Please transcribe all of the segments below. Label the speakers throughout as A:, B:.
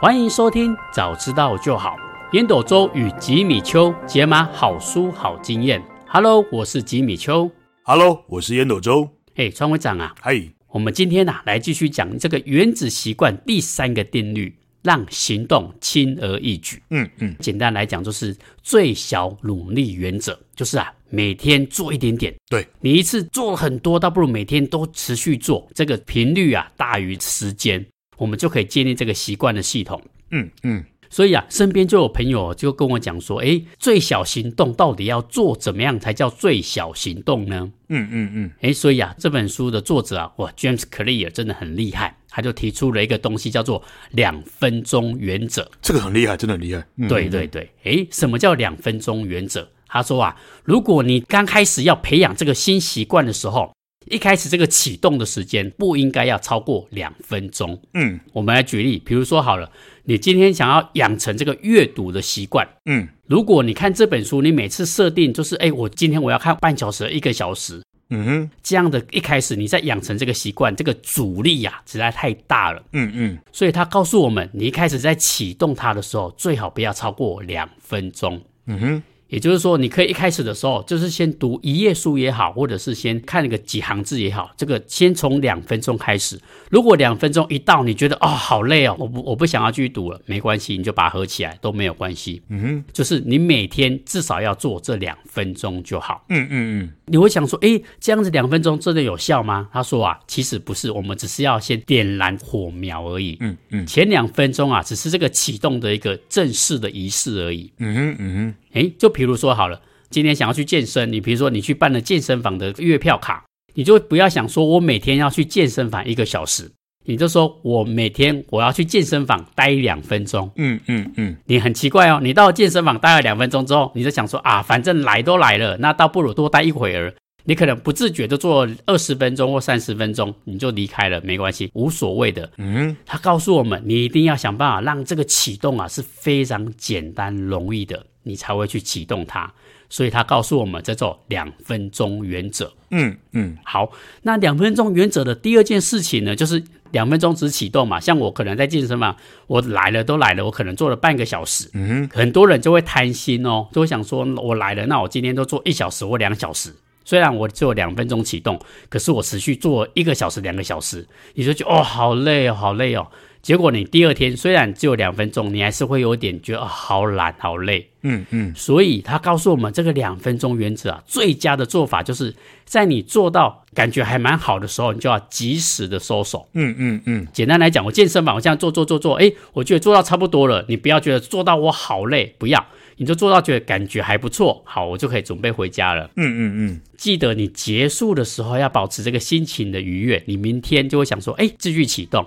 A: 欢迎收听《早知道就好》，烟斗周与吉米秋解码好书好经验。Hello，我是吉米秋。
B: Hello，我是烟斗周。
A: 哎，川会长啊，
B: 嗨、
A: 我们今天呐、啊来继续讲这个原子习惯第三个定律，让行动轻而易举。
B: 嗯嗯，
A: 简单来讲，就是最小努力原则，就是啊，每天做一点点。
B: 对，
A: 你一次做了很多，倒不如每天都持续做，这个频率啊大于时间，我们就可以建立这个习惯的系统。
B: 嗯嗯，
A: 所以啊，身边就有朋友就跟我讲说，诶，最小行动到底要做怎么样才叫最小行动呢？
B: 嗯嗯嗯，
A: 诶，所以啊，这本书的作者啊，哇，James Clear 真的很厉害，他就提出了一个东西叫做两分钟原则。
B: 这个很厉害，真的很厉害。嗯、
A: 对对对，诶，什么叫两分钟原则？他说啊，如果你刚开始要培养这个新习惯的时候，一开始这个启动的时间不应该要超过两分钟。
B: 嗯
A: 我们来举例，比如说好了，你今天想要养成这个阅读的习惯，
B: 嗯，
A: 如果你看这本书，你每次设定就是，哎，我今天我要看半小时、一个小时，
B: 嗯哼，
A: 这样的一开始你在养成这个习惯，这个阻力呀、实在太大了。
B: 嗯嗯，
A: 所以他告诉我们，你一开始在启动它的时候，最好不要超过两分钟。
B: 嗯哼，
A: 也就是说，你可以一开始的时候，就是先读一页书也好，或者是先看那个几行字也好，这个先从两分钟开始。如果两分钟一到，你觉得哦好累哦，我不我不想要继续读了，没关系，你就把它合起来都没有关系。
B: 嗯哼，
A: 就是你每天至少要做这两分钟就好。
B: 嗯嗯嗯，
A: 你会想说，诶，这样子两分钟真的有效吗？他说啊，其实不是，我们只是要先点燃火苗而已。
B: 嗯嗯
A: 前两分钟啊，只是这个启动的一个正式的仪式而已。
B: 嗯哼嗯
A: 诶，就比如说好了，今天想要去健身，你比如说你去办了健身房的月票卡，你就不要想说我每天要去健身房一个小时，你就说我每天我要去健身房待两分钟。
B: 哼，嗯嗯嗯，
A: 你很奇怪哦，你到健身房待了两分钟之后，你就想说啊，反正来都来了，那倒不如多待一会儿。你可能不自觉的做二十分钟或三十分钟，你就离开了，没关系，无所谓的。
B: 嗯
A: 他告诉我们，你一定要想办法让这个启动啊是非常简单容易的，你才会去启动它。所以他告诉我们这种两分钟原则。
B: 嗯嗯
A: 好，那两分钟原则的第二件事情呢，就是两分钟只启动嘛。像我可能在健身房，我来了都来了，我可能做了半个小时，
B: 嗯
A: 很多人就会贪心哦，就会想说我来了，那我今天都做一小时或两小时。虽然我只有两分钟启动，可是我持续做一个小时、两个小时，你就觉得哦好累哦，好累哦。结果你第二天虽然只有两分钟，你还是会有点觉得、哦、好懒、好累。
B: 嗯嗯
A: 所以他告诉我们，这个两分钟原则啊，最佳的做法就是在你做到感觉还蛮好的时候，你就要及时的收手。
B: 嗯嗯嗯，
A: 简单来讲，我健身房我这样做做做做，诶，我觉得做到差不多了，你不要觉得做到我好累，不要，你就做到觉得感觉还不错，好，我就可以准备回家了。
B: 嗯嗯嗯，
A: 记得你结束的时候要保持这个心情的愉悦，你明天就会想说，诶，继续启动，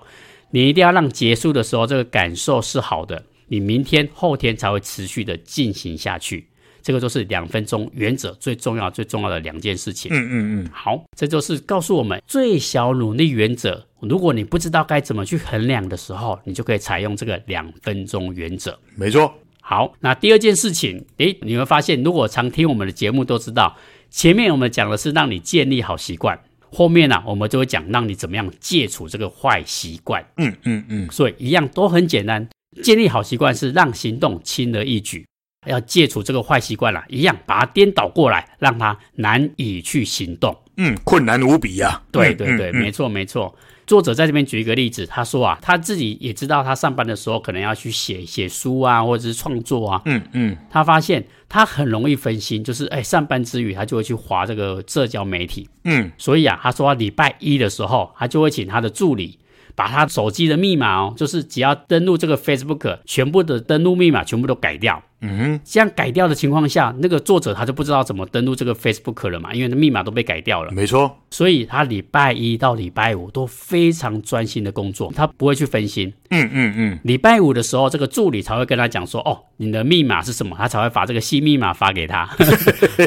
A: 你一定要让结束的时候这个感受是好的，你明天后天才会持续的进行下去。这个就是两分钟原则最重要最重要的两件事情。
B: 嗯嗯嗯，
A: 好，这就是告诉我们最小努力原则。如果你不知道该怎么去衡量的时候，你就可以采用这个两分钟原则。
B: 没错。
A: 好，那第二件事情，诶，你会发现，如果常听我们的节目都知道，前面我们讲的是让你建立好习惯，后面呢、我们就会讲让你怎么样戒除这个坏习惯。
B: 嗯嗯嗯
A: 所以一样都很简单，建立好习惯是让行动轻而易举。要戒除这个坏习惯啦、一样把它颠倒过来，让它难以去行动。
B: 嗯，困难无比呀、啊。
A: 对
B: 嗯
A: 对对，
B: 嗯
A: 没错没错。作者在这边举一个例子，他说啊，他自己也知道他上班的时候可能要去写写书啊，或者是创作啊。
B: 嗯嗯
A: 他发现他很容易分心，就是哎，上班之余他就会去划这个社交媒体。
B: 嗯
A: 所以啊，他说他礼拜一的时候，他就会请他的助理把他手机的密码哦，就是只要登录这个 Facebook，全部的登录密码全部都改掉。
B: 嗯哼
A: 这样改掉的情况下，那个作者他就不知道怎么登录这个 Facebook 了嘛，因为那密码都被改掉了。
B: 没错。
A: 所以他礼拜一到礼拜五都非常专心的工作，他不会去分心。
B: 嗯嗯嗯
A: 礼拜五的时候，这个助理才会跟他讲说：“哦，你的密码是什么？”他才会把这个新密码发给 他。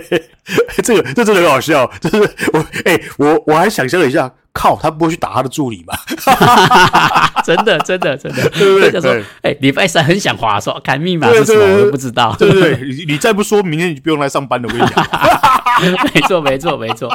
B: 这个这真的很好笑， 就是我哎、我我还想象了一下，靠，他不会去打他的助 理吧？
A: 真的，真的，真的，
B: 对不对
A: 就想说
B: 对：“
A: 哎、礼拜三很想滑，说哦看密码
B: 对
A: 是什么，
B: 对对
A: 我都不知道。
B: 对不对？你你再不说，明天你就不用来上班了。我跟你讲，
A: 没错，没错，没错。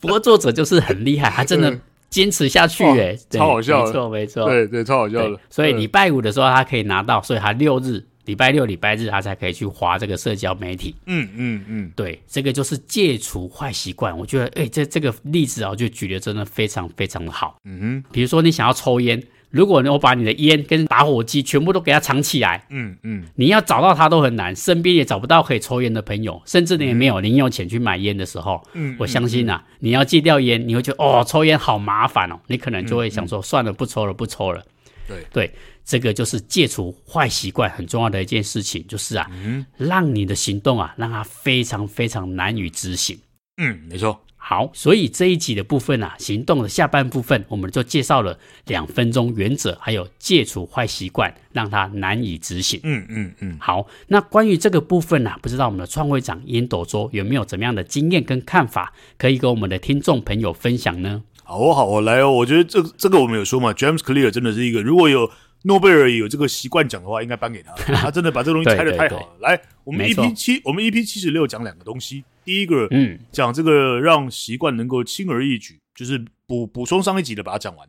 A: 不过作者就是很厉害，他真的坚持下去、
B: 哇
A: 哎、 对
B: 超好笑的
A: 没错没错，
B: 对对，超好笑的
A: 对。所以
B: 嗯
A: 礼拜五的时候他可以拿到，所以他六日、礼拜六、礼拜日他才可以去划这个社交媒体。
B: 嗯嗯嗯，
A: 对，这个就是戒除坏习惯。我觉得，哎、这这个例子啊，就举得真的非常非常的好。
B: 嗯
A: 比如说，你想要抽烟，如果我把你的烟跟打火机全部都给它藏起来，
B: 嗯嗯，
A: 你要找到它都很难，身边也找不到可以抽烟的朋友，甚至你也没有零用钱去买烟的时候，
B: 嗯
A: 我相信啊，你要戒掉烟，你会觉得哦，抽烟好麻烦哦，你可能
B: 嗯
A: 就会想说，算了，不抽了，不抽了。
B: 对
A: 对，这个就是戒除坏习惯很重要的一件事情，就是啊，让你的行动啊，让它非常非常难以执行。
B: 嗯，没错。
A: 好，所以这一集的部分啊，行动的下半部分，我们就介绍了两分钟原则，还有戒除坏习惯，让它难以执行。
B: 嗯嗯嗯，
A: 好，那关于这个部分呢、啊不知道我们的创会长烟斗周有没有怎么样的经验跟看法，可以跟我们的听众朋友分享呢？
B: 好哦，好哦，来哦。我觉得这个这个我们有说嘛，James Clear 真的是一个，如果有诺贝尔有这个习惯奖的话，应该颁给 他。他真的把这个东西拆的太好了。来，我们
A: 没错
B: EP 七，我们 EP 七十六讲两个东西。第一个，
A: 嗯，
B: 讲这个让习惯能够轻而易举，就是补补充上一集的把它讲完。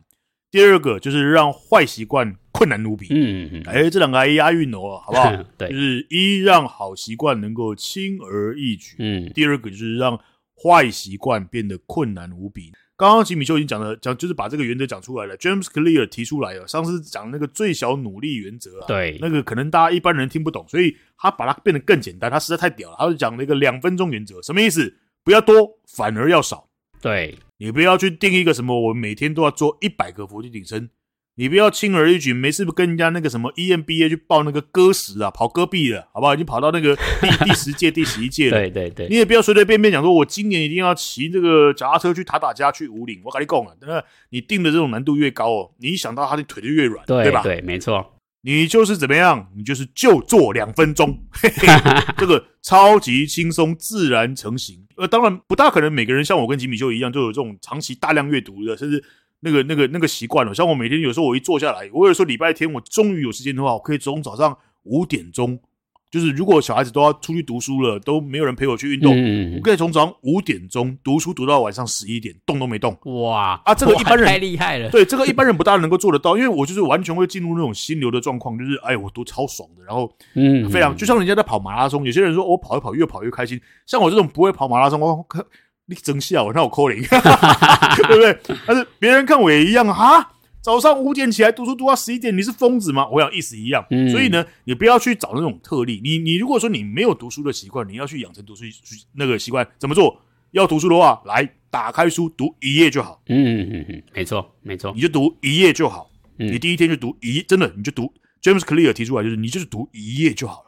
B: 第二个就是让坏习惯困难无比。
A: 嗯嗯，
B: 哎，这两个还押韵哦，好不 好？就
A: 对，
B: 是一让好习惯能够轻而易举，
A: 嗯
B: 第二个就是让坏习惯变得困难无比。刚刚吉米秀已经讲了，讲就是把这个原则讲出来了，James Clear 提出来了。上次讲那个最小努力原则啊，
A: 对
B: 那个可能大家一般人听不懂，所以他把它变得更简单，他实在太屌了。他就讲了一个两分钟原则，什么意思？不要多，反而要少。
A: 对，
B: 你不要去定一个什么，我每天都要做一百个伏地挺身。你不要轻而易举，没事跟人家那个什么 E EMBA 去报那个歌石啊，跑戈壁了，好不好？已经跑到那个第 第十届、第十一届了。
A: 对对对，
B: 你也不要随随便便讲说，我今年一定要骑这个脚踏车去塔塔加去五岭。我跟你讲啊，那你定的这种难度越高哦，你一想到他的腿就越软，
A: 对
B: 吧？
A: 对，没错，
B: 你就是怎么样，你就是就做两分钟，嘿 嘿，这个超级轻松，自然成型。呃，当然不大可能每个人像我跟吉米秀一样，就有这种长期大量阅读的，甚至那个那个那个习惯了。哦像我每天有时候我一坐下来，我有时候礼拜天我终于有时间的话，我可以从早上五点钟，就是如果小孩子都要出去读书了，都没有人陪我去运动，
A: 嗯
B: 我，可以从早上五点钟读书读到晚上十一点，动都没动。
A: 嗯哇
B: 啊这个一般人
A: 哇太厉害了，
B: 对，这个一般人不大能够做得到，因为我就是完全会进入那种心流的状况，就是哎，我都超爽的，然后
A: 嗯，
B: 非常就像人家在跑马拉松，有些人说、哦我跑一跑越跑越开心，像我这种不会跑马拉松，我靠，你真笑我，那我扣零， 对不对？但是别人看我也一样啊。早上五点起来读书读到十一点，你是疯子吗？我想意思一样，
A: 嗯
B: 所以呢，你不要去找那种特例。你你如果说你没有读书的习惯，你要去养成读书那个习惯，怎么做？要读书的话，来打开书读一页就好。
A: 嗯，嗯嗯嗯，没错没错
B: 你，就读一页就好。
A: 嗯
B: 你第一天就读一，真的你就读 James Clear 提出来就是你就是读一页就好了。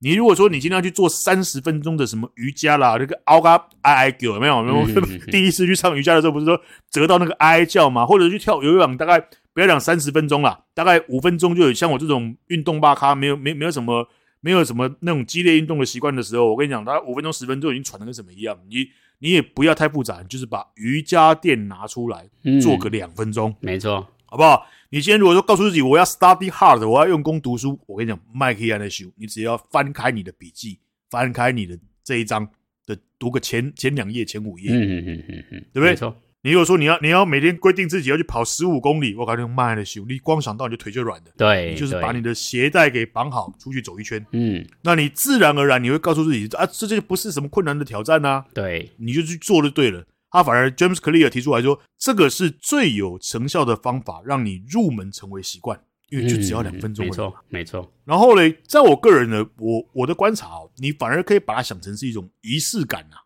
B: 你如果说你今天要去做三十分钟的什么瑜伽啦，那个凹嘎哀哀叫有没有？有没有
A: 嗯嗯嗯
B: 第一次去唱瑜伽的时候，不是说折到那个哀叫吗？或者去跳游泳，大概不要讲三十分钟啦，大概五分钟就有。像我这种运动大咖，没有没没有什么没有什么那种激烈运动的习惯的时候，我跟你讲，大概五分钟十分钟已经喘的跟什么一样。你你也不要太复杂，你就是把瑜伽垫拿出来
A: 嗯
B: 做个两分钟。
A: 没错，
B: 好不好？你今天如果说告诉自己我要 study hard，我要用功读书，我跟你讲，麦克亚的修，你只要翻开你的笔记，翻开你的这一章的，读个前前两页、前五页。
A: 嗯嗯嗯嗯嗯，
B: 对不对
A: 没错，
B: 你如果说你要你要每天规定自己要去跑十五公里，我感觉麦的修，你光想到你就腿就软的，
A: 对，
B: 你就是
A: 哎对
B: 把你的鞋带给绑好，出去走一圈，
A: 嗯
B: 那你自然而然你会告诉自己啊，这这就不是什么困难的挑战啊，
A: 对，
B: 你就去做就对了。他反而 James Clear 提出来说，这个是最有成效的方法，让你入门成为习惯，因为就只要两分
A: 嗯
B: 钟、
A: 没。错没错，
B: 然后嘞，在我个人的我我的观察哦，你反而可以把它想成是一种仪式感啊。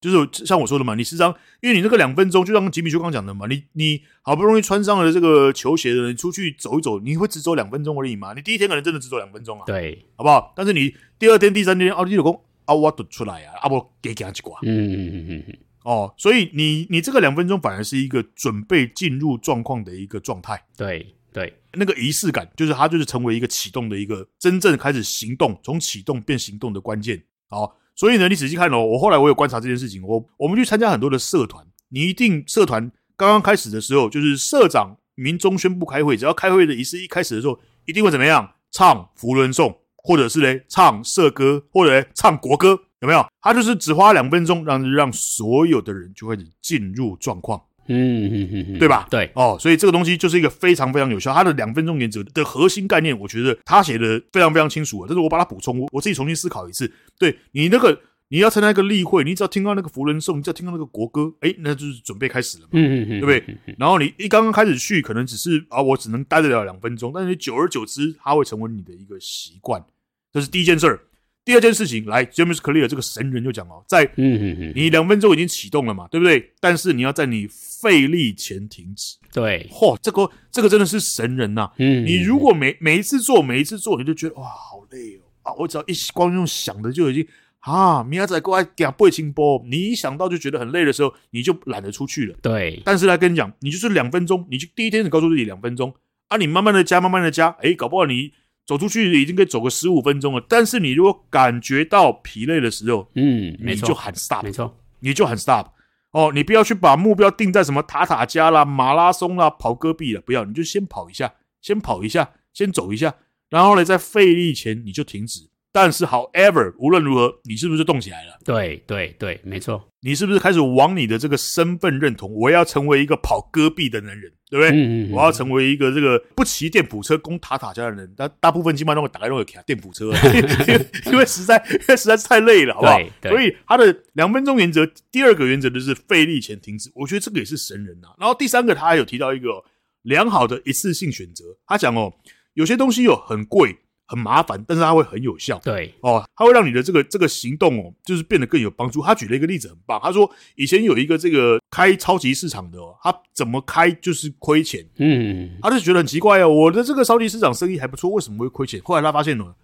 B: 就是像我说的嘛，你时常因为你那个两分钟，就像吉米就刚讲的嘛，你你好不容易穿上了这个球鞋的人出去走一走，你会只走两分钟而已嘛？你第一天可能真的只走两分钟啊，
A: 对，
B: 好不好？但是你第二天、第三天，哦，你老公啊，我都出来啊，啊，我给给他几挂，
A: 嗯嗯嗯嗯嗯，
B: 哦，所以你你这个两分钟反而是一个准备进入状况的一个状态，
A: 对对，
B: 那个仪式感就是它就是成为一个启动的一个真正开始行动，从启动变行动的关键。哦，所以呢，你仔细看哦，我后来我有观察这件事情，我我们去参加很多的社团，你一定社团刚刚开始的时候，就是社长民中宣布开会，只要开会的仪式一开始的时候，一定会怎么样？唱福伦颂，或者是嘞唱社歌，或者嘞唱国歌，有没有？他就是只花两分钟，让让所有的人就开始进入状况。
A: 嗯嗯嗯嗯嗯，
B: 对吧
A: 对，
B: 哦，所以这个东西就是一个非常非常有效。它的两分钟原则的核心概念，我觉得他写的非常非常清楚了。但是我把它补充，我我自己重新思考一次。对你那个，你要参加一个例会，你只要听到那个福人颂，你只要听到那个国歌，哎，那就是准备开始了嘛。
A: 嗯嗯嗯，
B: 对不对？然后你一刚刚开始去，可能只是啊，我只能待得了两分钟，但是久而久之，它会成为你的一个习惯。这是第一件事儿。第二件事情，来，James Clear 这个神人就讲哦，在
A: 嗯嗯嗯，
B: 你两分钟已经启动了嘛，对不对？但是你要在你费力前停止。
A: 对，
B: 嚯、这个这个真的是神人呐、
A: 嗯，
B: 你如果每每一次做，每一次做，你就觉得哇，好累哦啊！我只要一光用想的就已经啊，明仔过来给他背清波，你一想到就觉得很累的时候，你就懒得出去了。
A: 对，
B: 但是来跟你讲，你就是两分钟，你就第一天你告诉自己两分钟啊，你慢慢的加，慢慢的加，诶，搞不好你走出去已经可以走个十五分钟了。但是你如果感觉到疲累的时候，
A: 嗯，没
B: 你就
A: 错，
B: 喊 stop，
A: 没错，
B: 你就喊 stop。哦，你不要去把目标定在什么塔塔加啦、马拉松啦、跑戈壁啦，不要，你就先跑一下，先跑一下，先走一下，然后呢，在费力前你就停止。但是，however，无论如何，你是不是动起来了？
A: 对对对，没错，
B: 你是不是开始往你的这个身份认同？我要成为一个跑戈壁的男人，对不对？
A: 嗯嗯，
B: 我要成为一个这个不骑电普车攻塔塔家的人。但大部分基本上都会打开那个电普车， 因为 因为实在因为实在是太累了，好不好？
A: 对对
B: 所以他的两分钟原则，第二个原则就是费力前停止，我觉得这个也是神人啊。然后第三个，他还有提到一个、哦、良好的一次性选择，他讲哦，有些东西哦很贵很麻烦，但是它会很有效。
A: 对，
B: 哦，它会让你的这个这个行动哦，就是变得更有帮助。他举了一个例子很棒，他说以前有一个这个开超级市场的、哦，他怎么开就是亏钱，
A: 嗯，
B: 他就觉得很奇怪哦，我的这个超级市场生意还不错，为什么会亏钱？后来他发现了，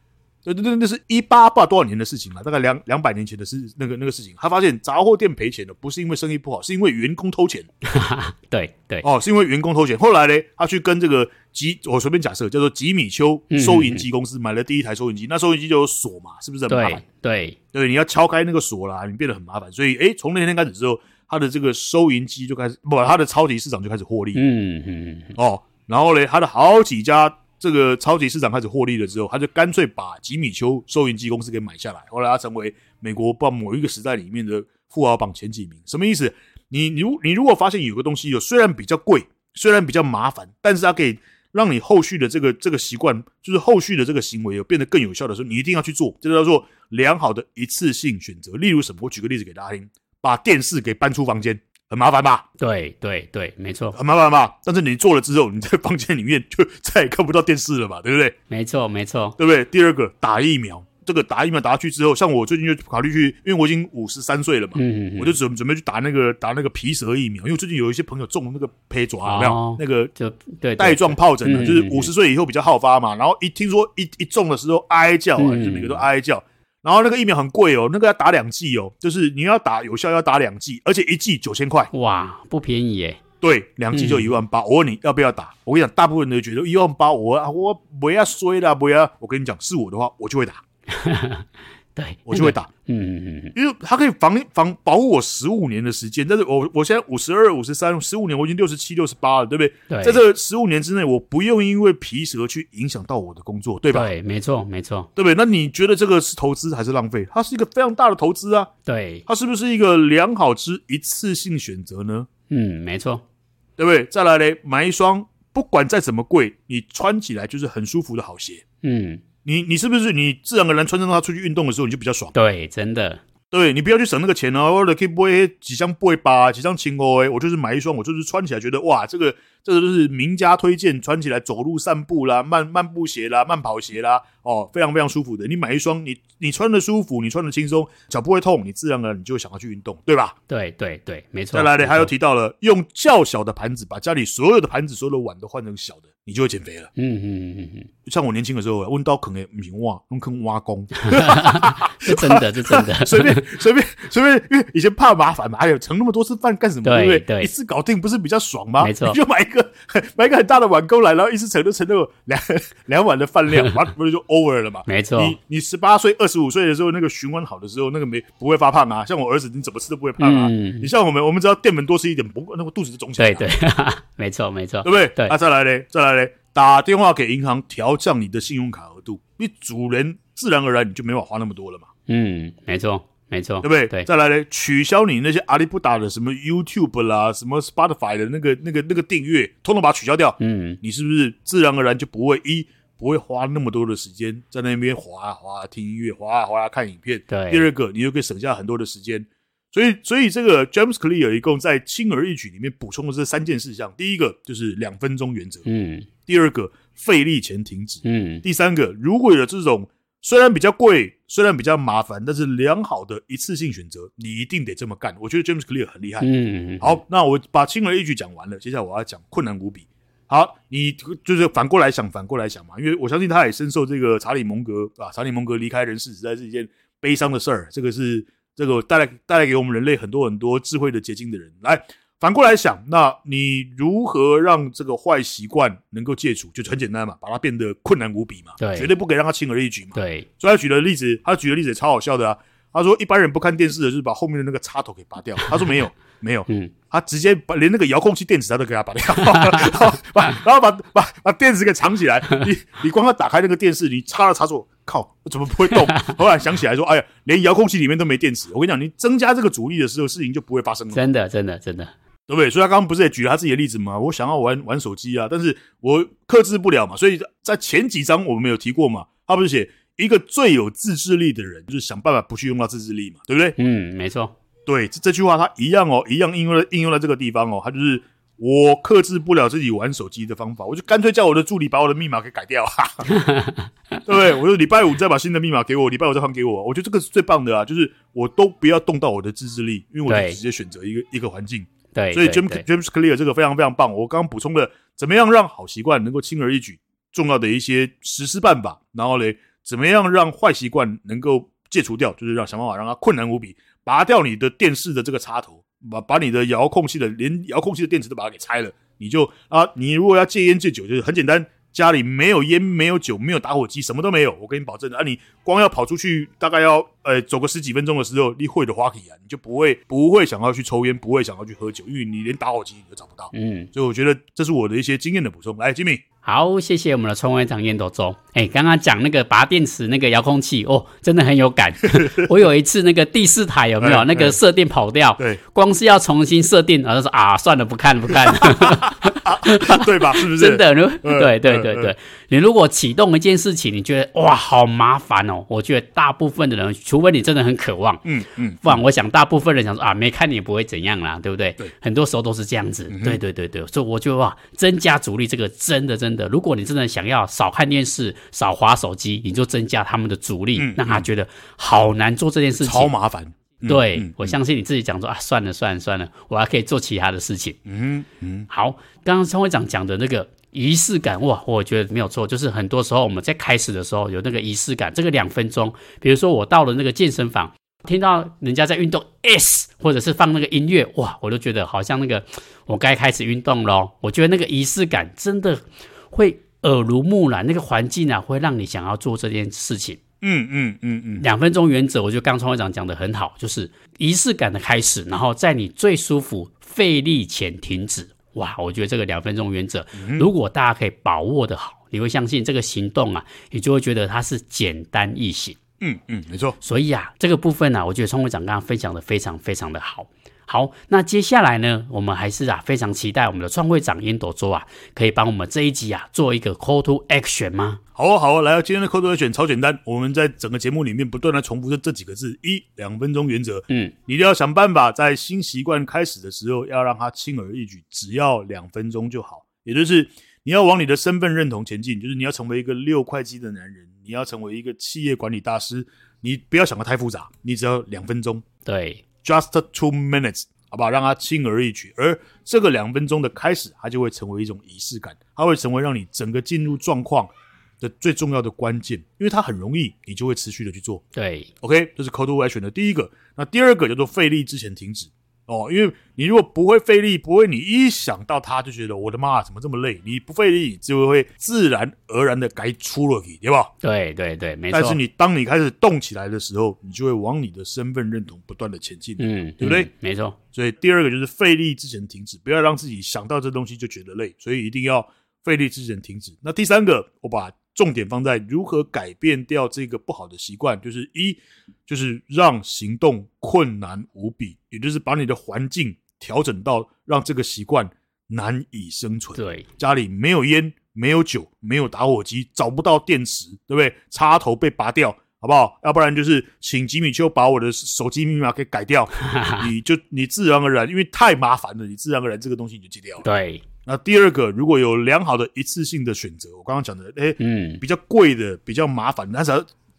B: 那那那是一八八多少年的事情了，大概两两百年前的事，那个那个事情，他发现杂货店赔钱了，不是因为生意不好，是因为员工偷钱
A: 对对，
B: 哦，是因为员工偷钱。后来呢，他去跟这个吉，我随便假设叫做吉米丘收银机公司买了第一台收银机，那收银机就有锁嘛，是不是很麻烦
A: 对？对，
B: 对，你要敲开那个锁啦，你变得很麻烦。所以，诶，从那天开始之后，他的这个收银机就开始不，他的超级市场就开始获利。
A: 嗯嗯，
B: 哦，然后嘞，他的好几家这个超级市场开始获利了之后，他就干脆把吉米丘收银机公司给买下来。后来他成为美国不知道某一个时代里面的富豪榜前几名。什么意思？你你如你如果发现有个东西有虽然比较贵，虽然比较麻烦，但是它可以让你后续的这个这个习惯，就是后续的这个行为有变得更有效的时候，你一定要去做，这叫做良好的一次性选择。例如什么？我举个例子给大家听，把电视给搬出房间，很麻烦吧？
A: 对对对，没错，
B: 很啊麻烦嘛。但是你做了之后，你在房间里面就再也看不到电视了嘛，对不对？
A: 没错，没错，
B: 对不对？第二个打疫苗，这个打疫苗打下去之后，像我最近就考虑去，因为我已经五十三岁了嘛，
A: 嗯，
B: 我就准准备去打那个打那个皮蛇疫苗，因为最近有一些朋友中那个胚爪，有没有、
A: 哦
B: 那个
A: 就对
B: 带状疱疹呢，
A: 嗯
B: 就是
A: 嗯嗯
B: 五十岁以后比较好发嘛。然后一听说一一中的时候哀叫啊，
A: 嗯
B: 就是每个都哀叫。然后那个疫苗很贵哦，那个要打两剂哦，就是你要打有效要打两剂，而且一剂九千块。
A: 哇，不便宜耶，
B: 对，两剂就一万八、我问你要不要打？我跟你讲，大部分人都觉得一万八，我啊我不要衰啦，不要。我跟你讲，是我的话，我就会打，
A: 对，
B: 我就会，打，
A: 嗯嗯
B: 因为它可以防防保护我十五年的时间。但是我我现在五十二、五十三、十五年，我已经六十七、六十八了，对不对？
A: 对，
B: 在这十五年之内，我不用因为皮蛇去影响到我的工作，对吧？
A: 对，没错，没错，
B: 对不对？那你觉得这个是投资还是浪费？它是一个非常大的投资啊，
A: 对，
B: 它是不是一个良好之一次性选择呢？
A: 嗯，没错，
B: 对不对？再来嘞，买一双不管再怎么贵，你穿起来就是很舒服的好鞋。
A: 嗯，
B: 你你是不是你自然而然穿上它出去运动的时候你就比较爽？
A: 对，真的，
B: 对不对，你不要去省那个钱哦，为了可以不会几箱不会吧，几箱青欧哎，我就是买一双，我就是穿起来觉得哇，这个这个就是名家推荐，穿起来走路散步啦，慢漫步鞋啦，慢跑鞋啦，哦，非常非常舒服的。你买一双，你你穿的舒服，你穿的轻松，脚不会痛，你自然而然你就想要去运动，对吧？
A: 对对对，没错。
B: 啊再来呢，
A: 没
B: 还有
A: 错
B: 提到了用较小的盘子，把家里所有的盘子、所有的碗都换成小的，你就会减肥了。
A: 嗯嗯嗯嗯嗯，
B: 像我年轻的时候，问到可能不行哇，用坑挖 工，
A: 这嗯真的，这真的，
B: 随便随便随便，因为以前怕麻烦嘛，哎呦，盛那么多次饭干什么？
A: 对
B: 对不
A: 对
B: 一次搞定不是比较爽吗？
A: 没错
B: 你就买一个买一个很大的碗够来，然后一次盛就盛那个两两碗的饭 量，完不是就 over 了嘛？
A: 没错，
B: 你你十八岁、二十五岁的时候，那个循环好的时候，那个没不会发胖啊。像我儿子，你怎么吃都不会胖啊。
A: 嗯
B: 你像我们，我们只要淀粉多吃一点，不过那个肚子就肿起来、
A: 对
B: 了。
A: 对，没错没错
B: 对，不对？
A: 对
B: 啊，再来嘞，再来嘞，打电话给银行调降你的信用卡额度，你主人自然而然你就没法花那么多了嘛，
A: 嗯，没错，没错，
B: 对不对？
A: 对
B: 再来嘞，取消你那些阿里不达的什么 YouTube 啦、什么 Spotify 的那个、那个、那个订阅，通通把它取消掉。
A: 嗯，
B: 你是不是自然而然就不会一不会花那么多的时间在那边滑啊滑啊听音乐、滑啊滑啊看影片？
A: 对
B: 第二个，你就可以省下很多的时间。所以，所以这个 James Clear 一共在轻而易举里面补充了这三件事项：第一个就是两分钟原则；
A: 嗯
B: 第二个，费力前停止；
A: 嗯，
B: 第三个，如果有这种虽然比较贵，虽然比较麻烦，但是良好的一次性选择，你一定得这么干。我觉得 James Clear 很厉害。
A: 嗯，
B: 好，那我把轻而易举讲完了，接下来我要讲困难无比。好，你就是反过来想，反过来想嘛，因为我相信他也深受这个查理蒙格啊，查理蒙格离开人世实在是一件悲伤的事儿，这个是这个带来带来给我们人类很多很多智慧的结晶的人。来，反过来想，那你如何让这个坏习惯能够戒除？就很简单嘛，把它变得困难无比嘛，
A: 对
B: 绝对不可以让它轻而易举嘛。
A: 对，
B: 所以他举的例子，他举的例子也超好笑的啊。他说一般人不看电视的，就是把后面的那个插头给拔掉。他说没有，没有，
A: 嗯，
B: 他直接把连那个遥控器电池他都给他拔掉，然后把然后把把把电池给藏起来。你你光要打开那个电视，你插了插座，靠，怎么不会动？后来想起来说，哎呀，连遥控器里面都没电池。我跟你讲，你增加这个阻力的时候，事情就不会发生了。
A: 真的真的真的，
B: 对不对？所以他刚刚不是也举了他自己的例子嘛？我想要玩玩手机啊，但是我克制不了嘛。所以在前几章我们有提过嘛，他不是写一个最有自制力的人，就是想办法不去用到自制力嘛，对不对？
A: 嗯，没错，
B: 对，这这句话他一样哦，一样应用在应用在这个地方哦，他就是我克制不了自己玩手机的方法，我就干脆叫我的助理把我的密码给改掉啊， 对不对？我就礼拜五再把新的密码给我，礼拜五再还给我，我觉得这个是最棒的啊，就是我都不要动到我的自制力，因为我
A: 对
B: 就直接选择一个一个环境。
A: 对，
B: 所以
A: 对
B: James
A: 对
B: James Clear 这个非常非常棒。我刚刚补充了怎么样让好习惯能够轻而易举，重要的一些实施办法。然后嘞，怎么样让坏习惯能够戒除掉，就是让想办法让它困难无比，拔掉你的电视的这个插头，把把你的遥控器的连遥控器的电池都把它给拆了。你就啊，你如果要戒烟戒酒，就是很简单。家里没有烟，没有酒，没有打火机，什么都没有。我跟你保证啊，你光要跑出去，大概要呃走个十几分钟的时候，你会的花体啊，你就不会不会想要去抽烟，不会想要去喝酒，因为你连打火机你都找不到。
A: 嗯，
B: 所以我觉得这是我的一些经验的补充。来，吉米，
A: 好，谢谢我们的冲会长烟斗周。哎，刚刚讲那个拔电池那个遥控器哦，真的很有 感。我有一次那个第四台有没有
B: 哎
A: 那个射电跑掉？
B: 对
A: 光是要重新设定，然后就说啊，算了，不看了不 看了。
B: 对吧？是不是？
A: 真的，如
B: 嗯
A: 对对
B: 嗯
A: 对
B: 嗯
A: 对，你如果启动一件事情，你觉得哇好麻烦哦，我觉得大部分的人，除非你真的很渴望，
B: 嗯嗯，
A: 不然我想大部分人想说啊，没看你也不会怎样啦，对不对？
B: 对，嗯
A: 很多时候都是这样子。对对对对，所以我就哇，增加阻力这个真的真的，如果你真的想要少看电视、少划手机，你就增加他们的阻力，
B: 嗯
A: 让他觉得好难做这件事
B: 超
A: 情。
B: 麻烦。嗯
A: 对，
B: 嗯
A: 我相信你自己讲说啊，算了算了算了，我还可以做其他的事情。
B: 嗯嗯，
A: 好，刚刚张会长讲的那个仪式感，哇，我觉得没有错，就是很多时候我们在开始的时候有那个仪式感，这个两分钟，比如说我到了那个健身房。听到人家在运动，S 或者是放那个音乐，哇，我就觉得好像那个我该开始运动咯。我觉得那个仪式感真的会耳濡目染，那个环境啊，会让你想要做这件事情。
B: 嗯嗯嗯嗯，
A: 两分钟原则，我觉得刚创会长讲的很好，就是仪式感的开始，然后在你最舒服、费力前停止。哇，我觉得这个两分钟原则，
B: 嗯
A: 如果大家可以把握的好，你会相信这个行动啊，你就会觉得它是简单易行。
B: 嗯嗯，没错。
A: 所以啊，这个部分呢、我觉得创会长刚刚分享的非常非常的好。好，那接下来呢，我们还是啊非常期待我们的创会长烟斗周啊，可以帮我们这一集啊做一个 call to action 吗？
B: 好哦，好哦，来哦，今天的扣 o 选超简单，我们在整个节目里面不断的重复这这几个字：一、两分钟原则。
A: 嗯，
B: 你一定要想办法在新习惯开始的时候，要让它轻而易举，只要两分钟就好。也就是你要往你的身份认同前进，就是你要成为一个六块肌的男人，你要成为一个企业管理大师，你不要想的太复杂，你只要两分钟
A: 对，
B: ，just two minutes，好不好？让它轻而易举。而这个两分钟的开始，它就会成为一种仪式感，它会成为让你整个进入状况的最重要的关键，因为它很容易，你就会持续的去做。
A: 对，
B: OK，这是 Code to Action 的第一个。那第二个叫做费力之前停止哦，因为你如果不会费力，不会你一想到它就觉得我的妈怎么这么累，你不费力你就会自然而然的该出了去，对吧？
A: 对，对，对，没错。
B: 但是你当你开始动起来的时候，你就会往你的身份认同不断的前进。
A: 嗯，
B: 对不对
A: 嗯没错，
B: 所以第二个就是费力之前停止，不要让自己想到这东西就觉得累，所以一定要费力之前停止。那第三个，我把重点放在如何改变掉这个不好的习惯，就是一就是让行动困难无比，也就是把你的环境调整到让这个习惯难以生存。
A: 对，
B: 家里没有烟，没有酒，没有打火机，找不到电池，对不对？插头被拔掉，好不好？要不然就是请吉米丘把我的手机密码给改掉，你就你自然而然，因为太麻烦了，你自然而然这个东西你就戒掉了。
A: 对，
B: 那第二个，如果有良好的一次性的选择，我刚刚讲的，哎，
A: 嗯，
B: 比较贵的、比较麻烦，但是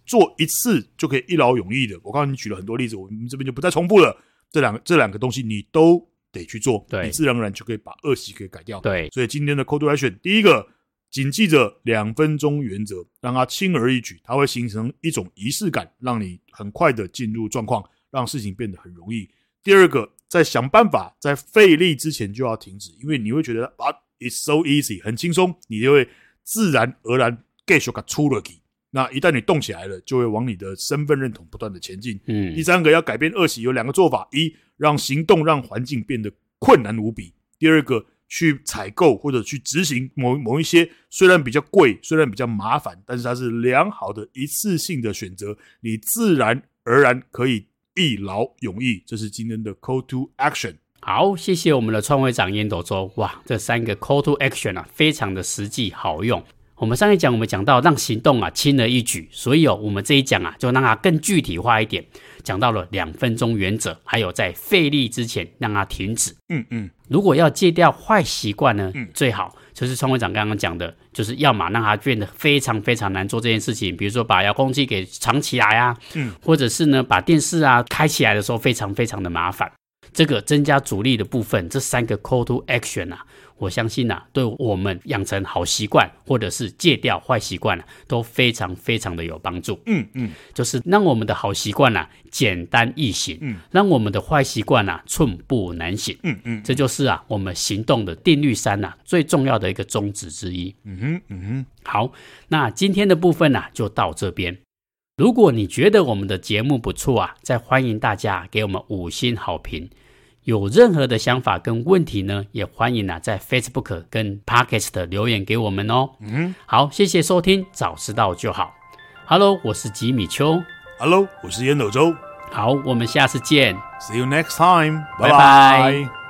B: 做一次就可以一劳永逸的。我刚刚已经举了很多例子，我们这边就不再重复了。这两个这两个东西你都得去做，
A: 对
B: 你自然而然就可以把恶习给改掉。
A: 对，
B: 所以今天的 Code Action，第一个谨记着两分钟原则，让它轻而易举，它会形成一种仪式感，让你很快的进入状况，让事情变得很容易。第二个，在想办法在费力之前就要停止，因为你会觉得啊，it's so easy，很轻松，你就会自然而然 get 出个出了去。那一旦你动起来了，就会往你的身份认同不断的前进。第
A: 嗯，
B: 三个要改变恶习有两个做法：一，让行动让环境变得困难无比；第二个，去采购或者去执行某某一些虽然比较贵、虽然比较麻烦，但是它是良好的一次性的选择，你自然而然可以一劳永逸。这是今天的 Call to Action。
A: 好，谢谢我们的创会长烟斗周。哇，这三个 call to action 啊，非常的实际好用。我们上一讲我们讲到让行动啊轻而易举，所以哦，我们这一讲啊就让它更具体化一点，讲到了两分钟原则，还有在费力之前让它停止。
B: 嗯嗯，
A: 如果要戒掉坏习惯呢，
B: 嗯
A: 最好就是创会长刚刚讲的，就是要么让它变得非常非常难做这件事情，比如说把遥控器给藏起来啊，
B: 嗯，
A: 或者是呢把电视啊开起来的时候非常非常的麻烦。这个增加阻力的部分，这三个 call to action 啊，我相信啊，对我们养成好习惯或者是戒掉坏习惯、啊、都非常非常的有帮助。
B: 嗯嗯，
A: 就是让我们的好习惯啊简单易行，
B: 嗯，
A: 让我们的坏习惯啊寸步难行。
B: 嗯嗯，
A: 这就是啊，我们行动的定律三呐、最重要的一个宗旨之一。
B: 嗯哼，嗯哼，
A: 好，那今天的部分呢、就到这边。如果你觉得我们的节目不错啊，再欢迎大家给我们五星好评。有任何的想法跟问题呢，也欢迎啊在 Facebook 跟 Podcast 留言给我们哦。
B: 嗯
A: 好，谢谢收听，早知道就好。Hello，我是吉米秋。
B: 哼，Hello，我是烟斗周
A: 好，我们下次见。
B: ，See you next time，
A: 拜拜
B: 拜